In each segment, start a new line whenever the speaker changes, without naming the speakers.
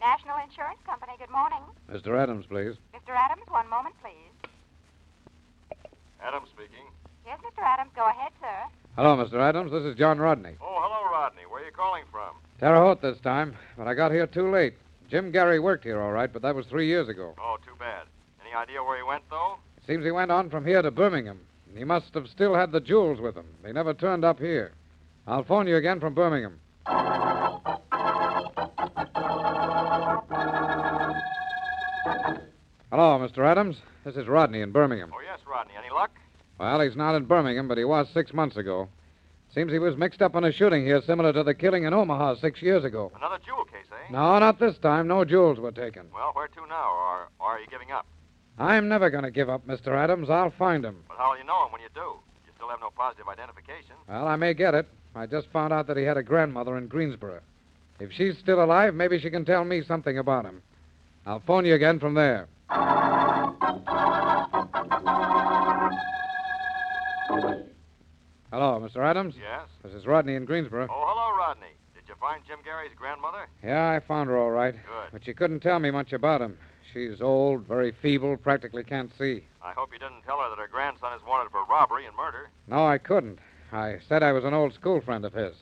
National Insurance Company, good morning.
Mr. Adams, please.
Mr. Adams, one moment, please.
Adam speaking.
Yes, Mr. Adams, go ahead, sir.
Hello, Mr. Adams. This is John Rodney.
Oh, hello, Rodney. Where are you calling from?
Terre Haute this time, but I got here too late. Jim Gary worked here all right, but that was three years ago.
Oh, too bad. Any idea where he went, though?
It seems he went on from here to Birmingham. He must have still had the jewels with him. They never turned up here. I'll phone you again from Birmingham. Hello, Mr. Adams. This is Rodney in Birmingham.
Oh, yes, Rodney. Any luck?
Well, he's not in Birmingham, but he was six months ago. Seems he was mixed up in a shooting here similar to the killing in Omaha six years ago.
Another jewel case, eh?
No, not this time. No jewels were taken.
Well, where to now? Or, or are you giving up?
I'm never going to give up, Mr. Adams. I'll find him.
But how will you know him when you do? You still have no positive identification.
Well, I may get it. I just found out that he had a grandmother in Greensboro. If she's still alive, maybe she can tell me something about him. I'll phone you again from there. Hello, Mr. Adams.
Yes?
This is Rodney in Greensboro.
Oh, hello, Rodney. Did you find Jim Gary's grandmother?
Yeah, I found her all right.
Good.
But she couldn't tell me much about him. She's old, very feeble, practically can't see.
I hope you didn't tell her that her grandson is wanted for robbery and murder.
No, I couldn't. I said I was an old school friend of his.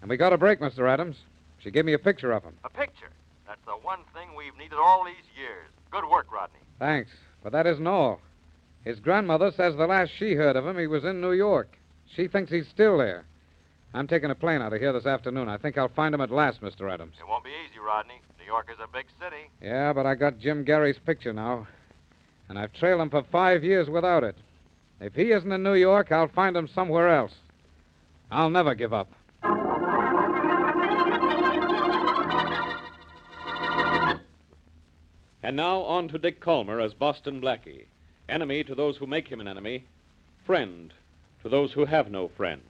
And we got a break, Mr. Adams. She gave me a picture of him.
A picture. That's the one thing we've needed all these years. Good work, Rodney.
Thanks, but that isn't all. His grandmother says the last she heard of him, he was in New York. She thinks he's still there. I'm taking a plane out of here this afternoon. I think I'll find him at last, Mr. Adams.
It won't be easy, Rodney. New York is a big city.
Yeah, but I got Jim Gary's picture now, and I've trailed him for five years without it. If he isn't in New York, I'll find him somewhere else. I'll never give up.
And now on to Dick Calmer as Boston Blackie, enemy to those who make him an enemy, friend to those who have no friend.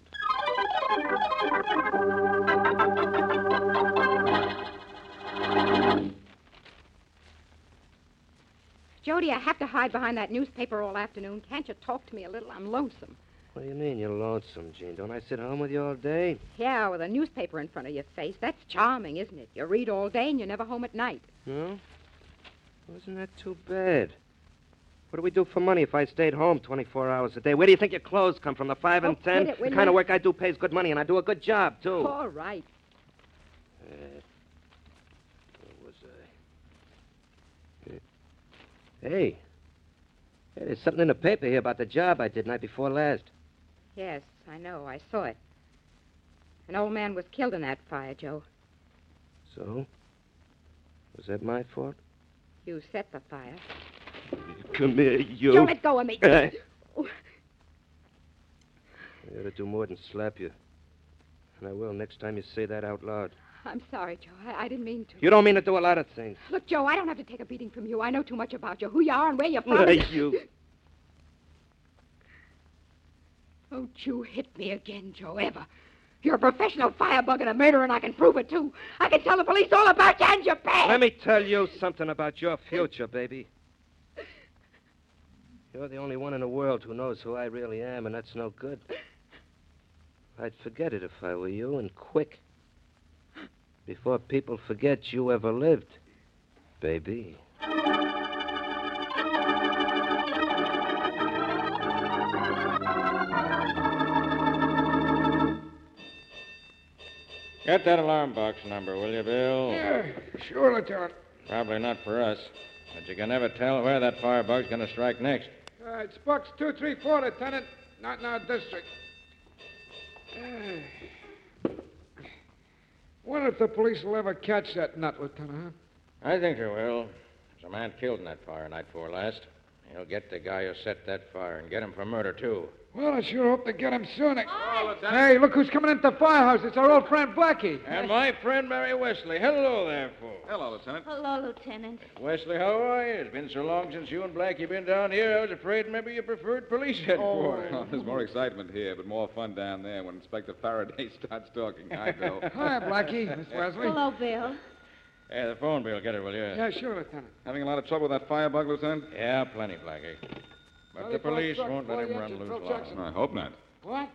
Jody, I have to hide behind that newspaper all afternoon. Can't you talk to me a little? I'm lonesome.
What do you mean you're lonesome, Jean? Don't I sit home with you all day?
Yeah, with a newspaper in front of your face. That's charming, isn't it? You read all day and you're never home at night.
No? Wasn't that too bad? What do we do for money if I stayed home 24 hours a day? Where do you think your clothes come from? The 5
Oh,
and
kid,
10?
it
The
will
kind of
make-
work I do pays good money, and I do a good job, too.
All right.
Uh, where was I? Uh, Hey. Hey, there's something in the paper here about the job I did night before last.
Yes, I know. I saw it. An old man was killed in that fire, Joe.
So? Was that my fault?
You set the fire.
Come here, you.
You let go of me.
Uh, I
Oh,
ought to do more than slap you. And I will next time you say that out loud.
I'm sorry, Joe. I, I didn't mean to.
You don't mean to do a lot of things.
Look, Joe, I don't have to take a beating from you. I know too much about you, who you are and where you're from.
Hey, Uh, you.
Don't you hit me again, Joe, ever. You're a professional firebug and a murderer, and I can prove it, too. I can tell the police all about you and your past.
Let me tell you something about your future, baby. You're the only one in the world who knows who I really am, and that's no good. I'd forget it if I were you, and quick. Before people forget you ever lived, baby.
Get that alarm box number, will you, Bill?
Sure, Lieutenant.
Oh. Probably not for us, but you can never tell where that firebug's going to strike next.
Uh, it's box 234, Lieutenant. Not in our district. Uh, wonder if the police will ever catch that nut, Lieutenant,
I think they will. There's a man killed in that fire night before last. He'll get the guy who set that fire and get him for murder, too.
huh? Well, I sure hope they get him soon. hey, look who's coming into the firehouse. It's our old friend Blackie.
And my friend Mary Wesley. Hello there, fool.
Hello, Lieutenant. Hello, Lieutenant.
Wesley, how are you? It's been so long since you and Blackie been down here. I was afraid maybe you preferred police headquarters.
Oh, there's more excitement here, but more fun down there when Inspector Faraday starts talking. I know.
Hi, Blackie. Miss Wesley.
Hello, Bill.
Hey, the phone bill, get it, will you?
Yeah, sure, Lieutenant.
Having a lot of trouble with that firebug, Lieutenant?
Yeah, plenty, Blackie. But the police won't let him run loose long.
I hope not.
What?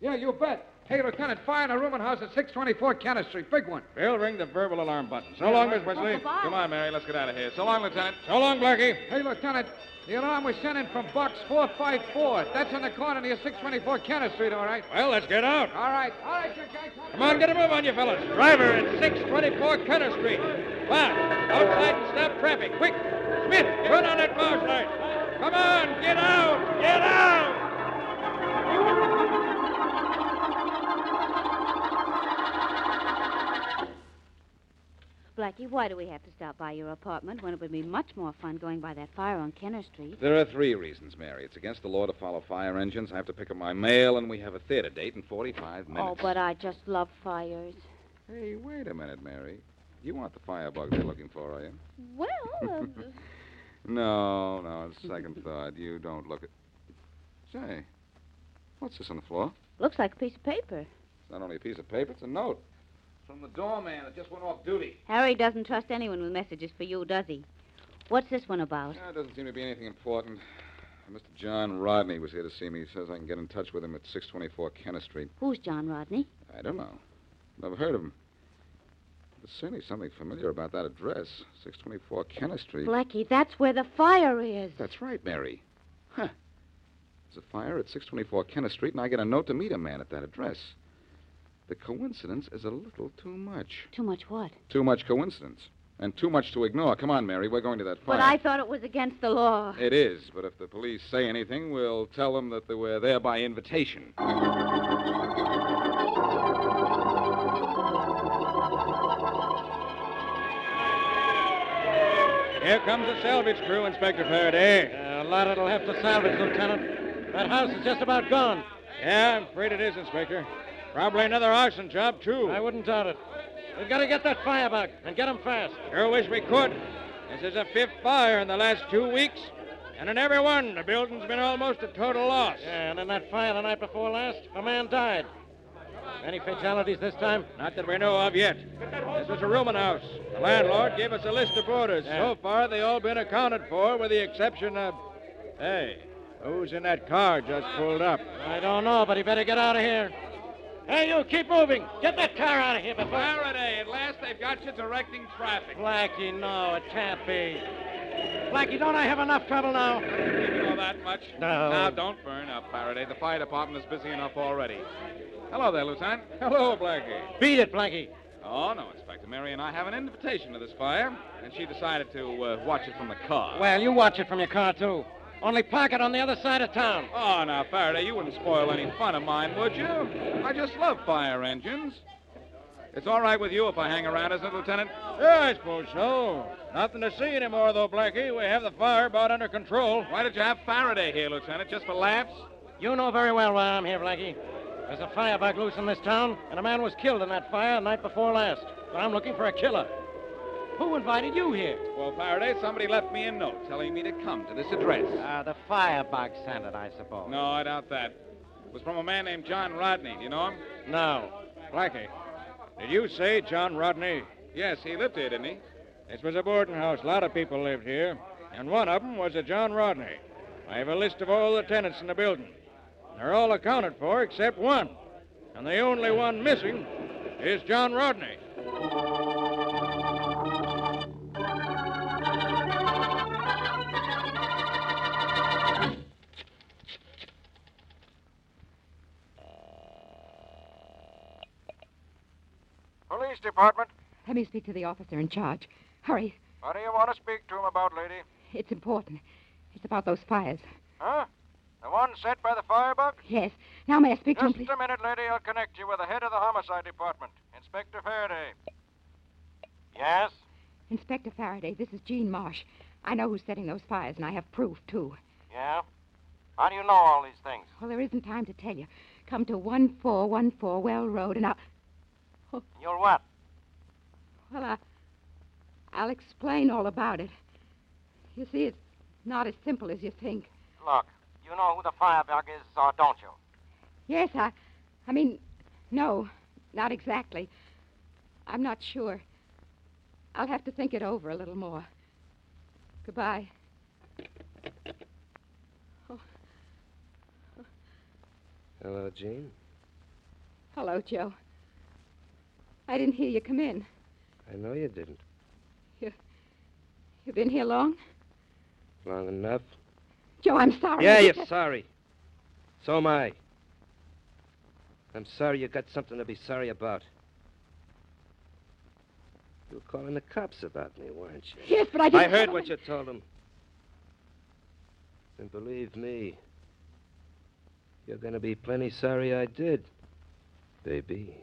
Yeah, you bet. Hey, Lieutenant, fire in a rooming house at 624 Cannon Street. Big one.
Bill, ring the verbal alarm button. So long, Miss Wesley.
Come on, Mary, let's get out of here. So long, Lieutenant.
So long, Blackie.
Hey, Lieutenant, the alarm was sent in from box 454. That's in the corner near 624 Cannon Street, all right?
Well, let's get out.
All right, all right, you guys.
Come on, get a move on you fellas. Driver at 624 Cutter Street. Lock. Outside and stop traffic. Quick. Smith, turn on that mouse light. Come on, get out. Get out.
Blackie, why do we have to stop by your apartment when it would be much more fun going by that fire on Kenner Street?
There are three reasons, Mary. It's against the law to follow fire engines. I have to pick up my mail, and we have a theater date in 45 minutes.
Oh, but I just love fires.
Hey, wait a minute, Mary. You want the firebug they're looking for, are you?
Well, uh,
No, no. on Second thought, you don't look at. Say, what's this on the floor?
looks like a piece of paper.
It's not only a piece of paper, it's a note.
From the doorman that just went off duty.
Harry doesn't trust anyone with messages for you, does he? What's this one about?
Yeah, it doesn't seem to be anything important. Mr. John Rodney was here to see me. He says I can get in touch with him at 624 Kenner Street.
Who's John Rodney?
I don't know. Never heard of him. There's certainly something familiar about that address 624 Kenner Street.
Blackie, that's where the fire is.
That's right, Mary. Huh. There's a fire at 624 Kenner Street, and I get a note to meet a man at that address. The coincidence is a little too much.
Too much what?
Too much coincidence. And too much to ignore. Come on, Mary. We're going to that fire.
But I thought it was against the law.
It is, but if the police say anything, we'll tell them that they were there by invitation.
Here comes the salvage crew, Inspector Faraday. a lot it'll have to salvage, Lieutenant. That house is just about gone.
Yeah, I'm afraid it is, Inspector. Probably another arson job, too. I wouldn't doubt it. We've got to get that firebug and get him fast. Sure wish we could. This is a fifth fire in the last two weeks. And in every one, the building's been almost a total loss.
Yeah, and in that fire the night before last, a man died. Any fatalities this time?
Not that we know of yet. This was a rooming house. The landlord gave us a list of boarders. So far, they all been accounted for, with the exception of. Hey, who's in that car just pulled up?
I don't know, but he better get out of here. Hey, you, keep moving. Get that car out of here before.
Faraday, at last they've got you directing traffic.
Blackie, no, it can't be. Blackie, don't I have enough trouble now?
You know that much?
No.
Now,
don't burn up, Faraday. The fire department is busy enough already.
Hello there, Lieutenant.
Hello, Blackie.
Beat it, Blackie.
Oh, no, Inspector. Mary and I have an invitation to this fire, and she decided to uh, watch it from the car.
Well, you watch it from your car, too. Only park it on the other side of town.
Oh, now, Faraday, you wouldn't spoil any fun of mine, would you? I just love fire engines.
It's all right with you if I hang around, isn't it, Lieutenant? Yeah, I suppose so. Nothing to see anymore, though, Blackie. We have the fire about under control. Why did you have Faraday here, Lieutenant? Just for laughs?
You know very well why I'm here, Blackie. There's a firebug loose in this town, and a man was killed in that fire the night before last. But I'm looking for a killer. Who invited you here?
Well, Faraday, somebody left me a note telling me to come to this address.
Uh, the firebug sent it, I suppose.
No, I doubt that. It was from a man named John Rodney. Do you know him? No. Blackie, did you say John Rodney? Yes, he lived here, didn't he?
This was a boarding house. A lot of people lived here.
And one of them was a John Rodney. I have a list of all the tenants in the building. They're all accounted for except one. And the only one missing is John Rodney.
Police Department,
Let me speak to the officer in charge. Hurry.
what do you want to speak to him about, lady?
It's important. It's about those fires.
Huh? The one set by the firebug?
Yes. Now may I speak to him,
Just
please?
a minute, lady. I'll connect you with the head of the homicide department, Inspector Faraday. Yes?
Inspector Faraday, this is Jean Marsh. I know who's setting those fires, and I have proof, too.
Yeah? How do you know all these things?
Well, there isn't time to tell you. Come to 1414 Well Road, and I'll.
You'll what?
Well, I, I'll explain all about it. You see, it's not as simple as you think.
Look, you know who the firebug is, or don't you?
Yes, I. I mean, no, not exactly. I'm not sure. I'll have to think it over a little more. Goodbye.
Hello, Jean.
Hello, Joe. I didn't hear you come in.
I know you didn't.
You've been here long?
Long enough.
Joe, I'm sorry.
Yeah, you're sorry. So am I. I'm sorry you got something to be sorry about. You were calling the cops about me, weren't you?
Yes, but I didn't
I heard
tell
what you told them. And believe me, you're going to be plenty sorry I did, baby.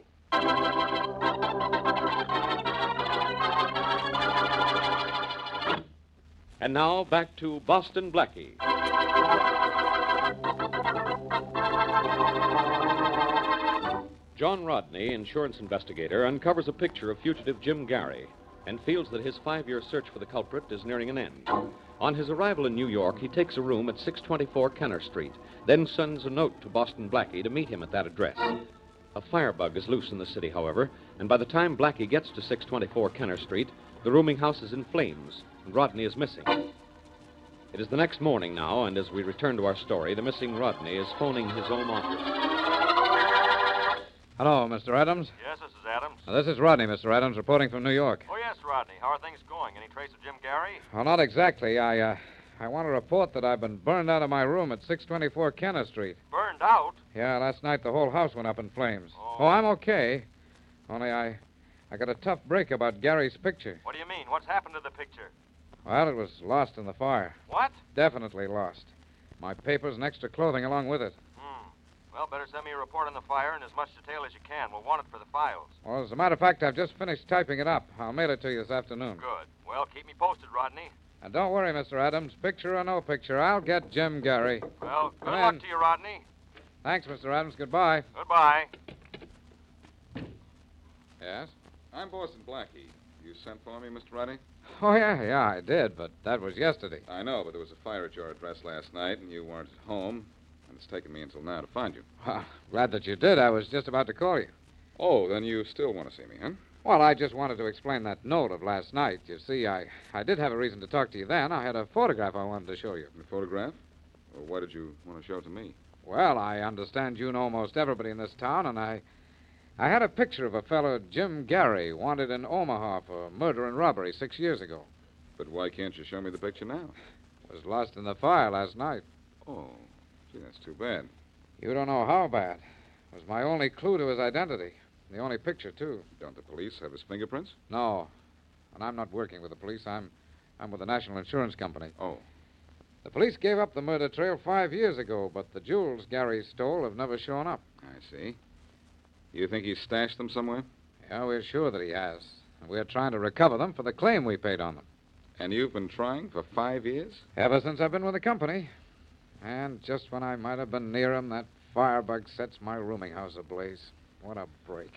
And now back to Boston Blackie. John Rodney, insurance investigator, uncovers a picture of fugitive Jim Gary and feels that his five year search for the culprit is nearing an end. On his arrival in New York, he takes a room at 624 Kenner Street, then sends a note to Boston Blackie to meet him at that address. A firebug is loose in the city, however, and by the time Blackie gets to 624 Kenner Street, the rooming house is in flames, and Rodney is missing. It is the next morning now, and as we return to our story, the missing Rodney is phoning his home office.
Hello, Mr. Adams.
Yes, this is Adams.
This is Rodney, Mr. Adams, reporting from New York.
Oh, yes, Rodney. How are things going? Any trace of Jim Gary?
Well, not exactly. I, uh, I want to report that I've been burned out of my room at 624 Kenner Street.
Burned out?
Yeah, last night the whole house went up in flames. Oh, I'm okay. Only I, I got a tough break about Gary's picture.
What do you mean? What's happened to the picture?
Well, it was lost in the fire.
What?
Definitely lost. My papers and extra clothing along with it.
Hmm. Well, better send me a report on the fire in as much detail as you can. We'll want it for the files.
Well, as a matter of fact, I've just finished typing it up. I'll mail it to you this afternoon.
Good. Well, keep me posted, Rodney.
And don't worry, Mr. Adams. Picture or no picture, I'll get Jim Gary.
Well, good
Come in.
luck to you, Rodney.
Thanks, Mr. Adams. Goodbye.
Goodbye.
Yes?
I'm Boston Blackie. You sent for me, Mr. Rodney?
Oh, yeah, yeah, I did, but that was yesterday.
I know, but there was a fire at your address last night, and you weren't at home, and it's taken me until now to find you.
Well, Ah, glad that you did. I was just about to call you.
Oh, then you still want to see me, huh?
Well, I just wanted to explain that note of last night. You see, I, I did have a reason to talk to you then. I had a photograph I wanted to show you.
A photograph? Well, why did you want to show it to me?
Well, I understand you know most everybody in this town, and I. I had a picture of a fellow, Jim Gary, wanted in Omaha for murder and robbery six years ago.
But why can't you show me the picture now?
Was lost in the fire last night.
Oh, gee, that's too bad.
You don't know how bad. It was my only clue to his identity. The only picture, too.
Don't the police have his fingerprints?
No. And I'm not working with the police. I'm I'm with the National Insurance Company.
Oh.
The police gave up the murder trail five years ago, but the jewels Gary stole have never shown up.
I see. You think he stashed them somewhere?
Yeah, we're sure that he has. We're trying to recover them for the claim we paid on them.
And you've been trying for five years?
Ever since I've been with the company. And just when I might have been near him, that firebug sets my rooming house ablaze. What a break.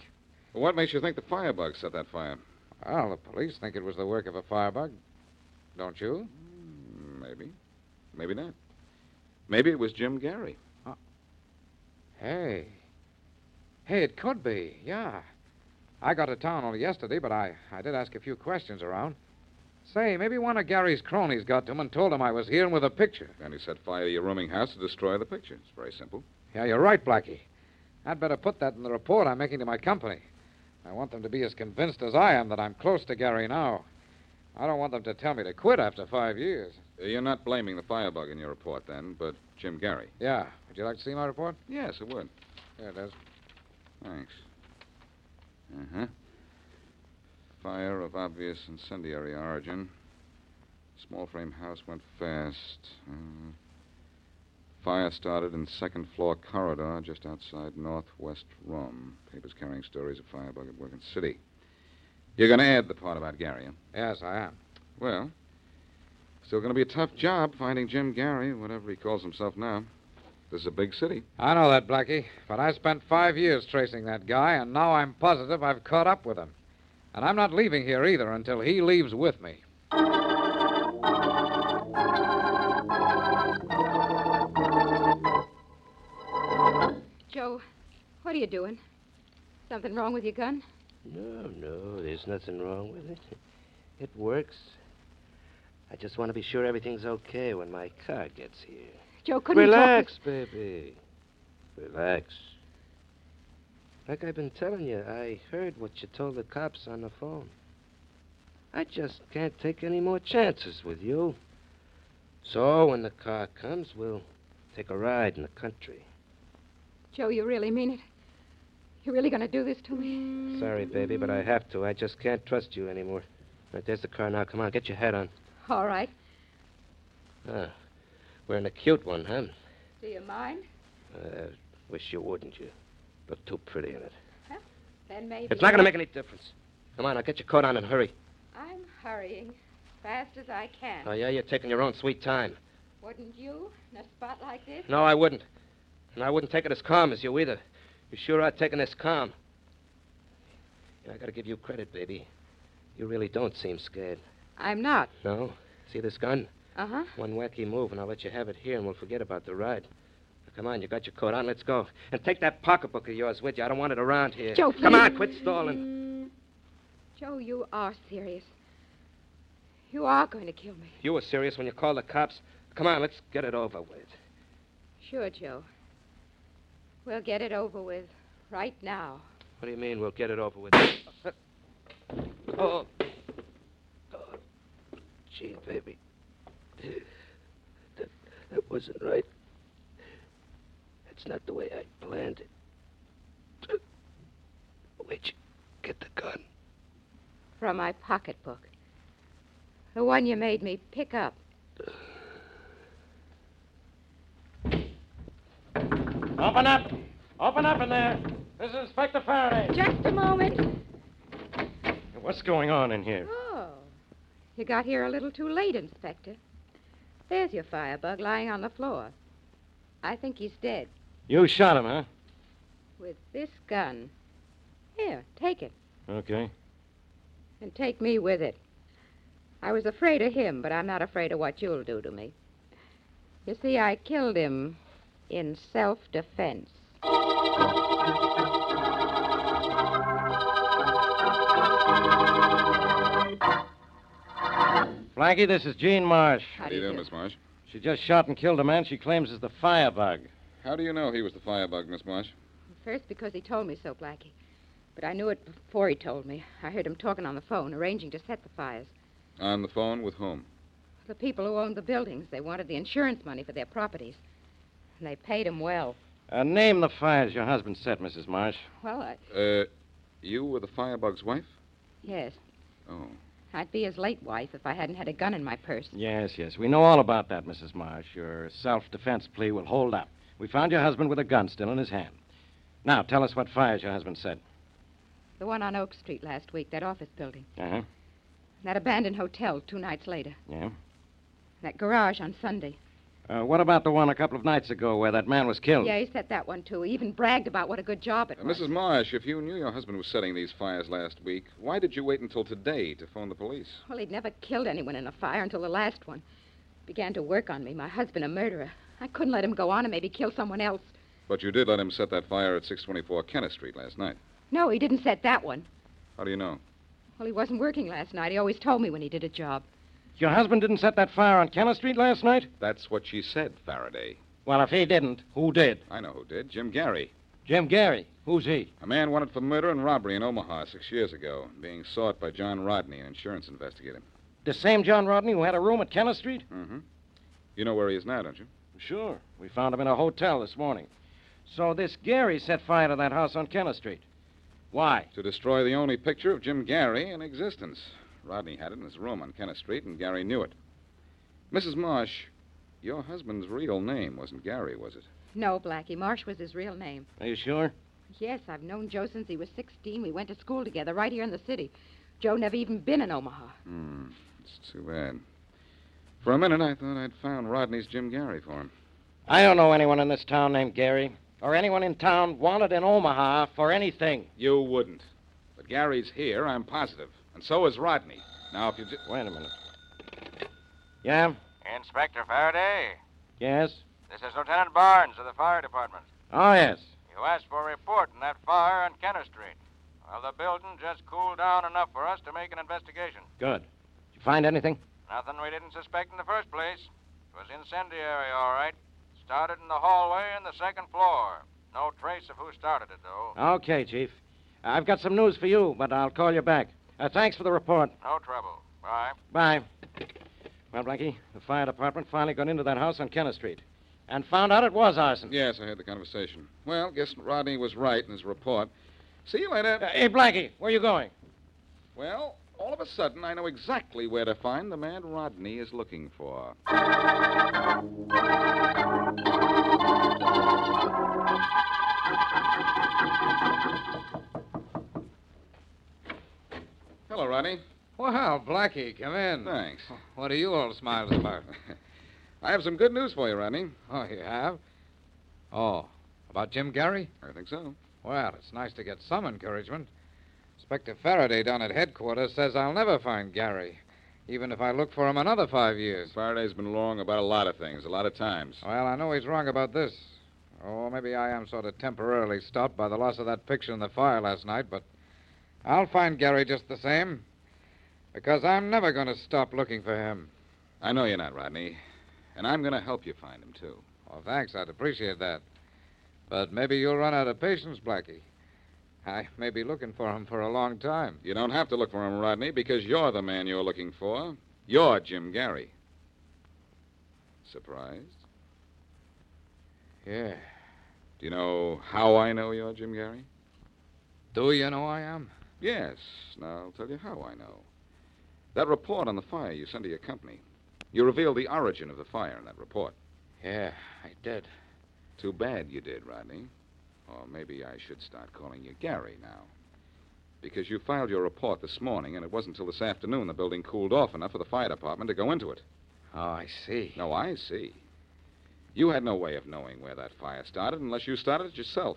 What makes you think the firebug set that fire?
Well, the police think it was the work of a firebug. Don't you?
Mm, Maybe. Maybe not. Maybe it was Jim Gary.
Hey. Hey, it could be, yeah. I got to town only yesterday, but I, I did ask a few questions around. Say, maybe one of Gary's cronies got to him and told him I was here and with a picture.
And he set fire to your rooming house to destroy the picture. It's very simple.
Yeah, you're right, Blackie. I'd better put that in the report I'm making to my company. I want them to be as convinced as I am that I'm close to Gary now. I don't want them to tell me to quit after five years.
You're not blaming the firebug in your report, then, but Jim Gary.
Yeah. Would you like to see my report?
Yes, it would.
Here it is.
Thanks. Uh huh. Fire of obvious incendiary origin. Small frame house went fast. Uh, fire started in second floor corridor just outside northwest room. Papers carrying stories of firebug at Wilkins City. You're going to add the part about Gary, huh?
Yes, I am.
Well, still going to be a tough job finding Jim Gary, whatever he calls himself now. This is a big city.
I know that, Blackie, but I spent five years tracing that guy, and now I'm positive I've caught up with him. And I'm not leaving here either until he leaves with me.
Joe, what are you doing? Something wrong with your gun?
No, no, there's nothing wrong with it. It works. I just want to be sure everything's okay when my car gets here.
Joe, couldn't
Relax,
you talk?
baby. Relax. Like I've been telling you, I heard what you told the cops on the phone. I just can't take any more chances with you. So when the car comes, we'll take a ride in the country.
Joe, you really mean it? You really going to do this to me?
Sorry, baby, but I have to. I just can't trust you anymore. Right, there's the car now. Come on, get your hat on.
All right.
Ah, we're in a cute one, huh?
Do you mind?
Uh, wish you wouldn't. You look too pretty in it.
Then maybe.
It's not going to make any difference. Come on, I'll get your coat on and hurry.
I'm hurrying, fast as I can.
Oh, yeah, you're taking your own sweet time.
Wouldn't you in a spot like this?
No, I wouldn't. And I wouldn't take it as calm as you either. You sure are taking this calm. Yeah, I gotta give you credit, baby. You really don't seem scared.
I'm not.
No? See this gun?
Uh huh.
One wacky move, and I'll let you have it here, and we'll forget about the ride. Now, Come on, you got your coat on. Let's go. And take that pocketbook of yours with you. I don't want it around here.
Joe,
Come on,
please.
quit stalling.
Joe, you are serious. You are going to kill me.
You were serious when you called the cops. Come on, let's get it over with.
Sure, Joe. We'll get it over with right now.
What do you mean we'll get it over with? Oh. Oh. Gee, baby. That, that wasn't right. That's not the way I planned it. Where'd you get the gun?
From my pocketbook. The one you made me pick up.
Open up! Open up in there! This is Inspector Faraday.
Just a moment.
What's going on in here?
Oh. You got here a little too late, Inspector. There's your firebug lying on the floor. I think he's dead.
You shot him, huh?
With this gun. Here, take it.
Okay.
And take me with it. I was afraid of him, but I'm not afraid of what you'll do to me. You see, I killed him in self defense.
Blackie, this is Jean Marsh.
How do you do, Miss Marsh?
She just shot and killed a man she claims is the firebug.
How do you know he was the firebug, Miss Marsh?
First, because he told me so, Blackie. But I knew it before he told me. I heard him talking on the phone, arranging to set the fires.
On the phone with whom?
The people who owned the buildings, they wanted the insurance money for their properties. And they paid him well.
Uh, name the fires your husband set, Mrs. Marsh.
Well, I,
Uh, you were the firebug's wife?
yes,
Oh.
I'd be his late wife if I hadn't had a gun in my purse.
Yes, yes. We know all about that, Mrs. Marsh. Your self defense plea will hold up. We found your husband with a gun still in his hand. Now, tell us what fires your husband set.
The one on Oak Street last week, that office building.
Uh
Uh-huh.
huh.
That abandoned hotel two nights later.
Yeah.
That garage on Sunday.
Uh, what about the one a couple of nights ago where that man was killed?
Yeah, he set that one, too. He even bragged about what a good job it
Uh,
was.
Mrs. Marsh, if you knew your husband was setting these fires last week, why did you wait until today to phone the police?
Well, he'd never killed anyone in a fire until the last one. Began to work on me, my husband a murderer. I couldn't let him go on and maybe kill someone else.
But you did let him set that fire at 624 Kenneth Street last night.
No, he didn't set that one.
How do you know?
Well, he wasn't working last night. He always told me when he did a job.
Your husband didn't set that fire on Kenner Street last night?
That's what she said, Faraday.
Well, if he didn't, who did?
I know who did. Jim Gary.
Jim Gary. Who's he?
A man wanted for murder and robbery in Omaha six years ago, being sought by John Rodney, an insurance investigator.
The same John Rodney who had a room at Kenner Street?
Mm-hmm. You know where he is now, don't you?
Sure. We found him in a hotel this morning. So this Gary set fire to that house on Kenner Street. Why?
To destroy the only picture of Jim Gary in existence. Rodney had it in his room on Kenneth Street, and Gary knew it. Mrs. Marsh, your husband's real name wasn't Gary, was it?
No, Blackie. Marsh was his real name.
Are you sure?
Yes, I've known Joe since he was 16. We went to school together right here in the city. Joe never even been in Omaha.
Hmm. It's too bad. For a minute, I thought I'd found Rodney's Jim Gary for him.
I don't know anyone in this town named Gary, or anyone in town wanted in Omaha for anything.
You wouldn't. But Gary's here, I'm positive. And so is Rodney. Now, if you just.
Wait a minute. Yeah?
Inspector Faraday,
Yes?
this is Lieutenant Barnes of the fire department.
Oh, yes.
You asked for a report on that fire on Kenner Street. Well, the building just cooled down enough for us to make an investigation.
Good. Did you find anything?
Nothing we didn't suspect in the first place. It was incendiary, all right. Started in the hallway and the second floor. No trace of who started it, though.
Okay, Chief. I've got some news for you, but I'll call you back. Uh, thanks for the report.
No trouble. Bye.
Bye. Well, Blackie, the fire department finally got into that house on Kenner Street and found out it was arson.
Yes, I heard the conversation. Well, guess Rodney was right in his report. See you later.
Uh, hey, Blackie, where are you going?
Well, all of a sudden, I know exactly where to find the man Rodney is looking for. Hello, Rodney.
Well, Blackie, come in.
Thanks.
What are you all smiles about?
I have some good news for you, Rodney.
Oh, you have? Oh, about Jim Gary?
I think so.
Well, it's nice to get some encouragement. Inspector Faraday down at headquarters says I'll never find Gary, even if I look for him another five years.
Faraday's been wrong about a lot of things, a lot of times.
Well, I know he's wrong about this. Or maybe I am sort of temporarily stopped by the loss of that picture in the fire last night, but I'll find Gary just the same. Because I'm never going to stop looking for him.
I know you're not, Rodney. And I'm going to help you find him, too.
Well, thanks. I'd appreciate that. But maybe you'll run out of patience, Blackie. I may be looking for him for a long time.
You don't have to look for him, Rodney, because you're the man you're looking for. You're Jim Gary. Surprised?
Yeah.
Do you know how I know you're Jim Gary?
Do you know I am?
Yes. Now I'll tell you how I know. That report on the fire you sent to your company. You revealed the origin of the fire in that report.
Yeah, I did.
Too bad you did, Rodney. Or maybe I should start calling you Gary now. Because you filed your report this morning, and it wasn't until this afternoon the building cooled off enough for the fire department to go into it.
Oh, I see.
No, I see. You had no way of knowing where that fire started unless you started it yourself.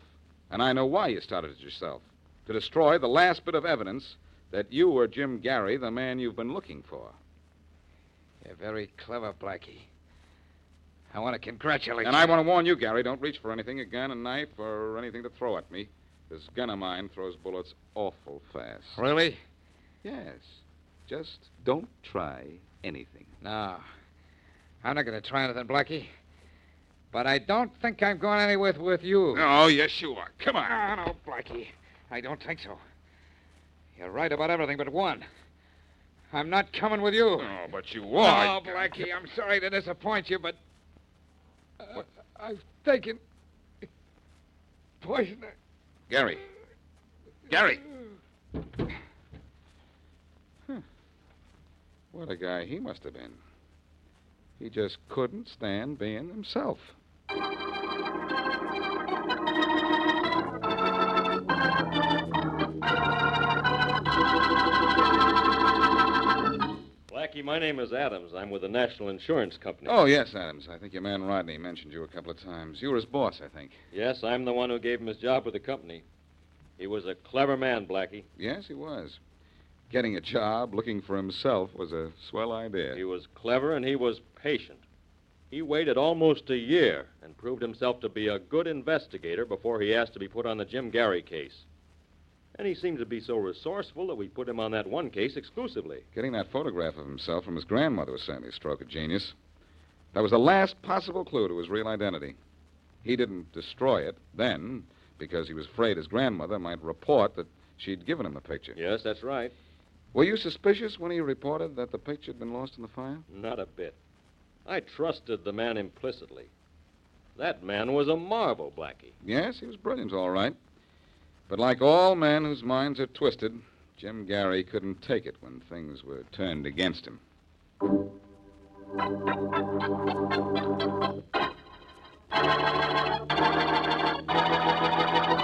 And I know why you started it yourself to destroy the last bit of evidence that you were Jim Gary, the man you've been looking for.
You're very clever, Blackie. I want to congratulate
And
you.
I want to warn you, Gary, don't reach for anything a gun, a knife, or anything to throw at me. This gun of mine throws bullets awful fast.
Really?
Yes. Just don't try anything.
No. I'm not going to try anything, Blackie. But I don't think I'm going anywhere with you.
Oh, yes, you are. Come on.
No, no, Blackie. I don't think so. You're right about everything but one. I'm not coming with you.
Oh, but you
Oh, Blackie, I'm sorry to disappoint you, but. uh, I've taken. poison.
Gary. Gary. What a guy he must have been. He just couldn't stand being himself.
Thank you.
Blackie, my name is Adams. I'm with the National Insurance Company.
Oh, yes, Adams. I think your man Rodney mentioned you a couple of times. You were his boss, I think.
Yes, I'm the one who gave him his job with the company. He was a clever man, Blackie.
Yes, he was. Getting a job, looking for himself, was a swell idea.
He was clever and he was patient. He waited almost a year and proved himself to be a good investigator before he asked to be put on the Jim Gary case. And he seemed to be so resourceful that we put him on that one case exclusively.
Getting that photograph of himself from his grandmother was certainly a stroke of genius. That was the last possible clue to his real identity. He didn't destroy it then because he was afraid his grandmother might report that she'd given him the picture.
Yes, that's right.
Were you suspicious when he reported that the picture had been lost in the fire?
Not a bit. I trusted the man implicitly. That man was a marvel, Blackie.
Yes, he was brilliant, all right. But like all men whose minds are twisted, Jim Gary couldn't take it when things were turned against him.
Thank you.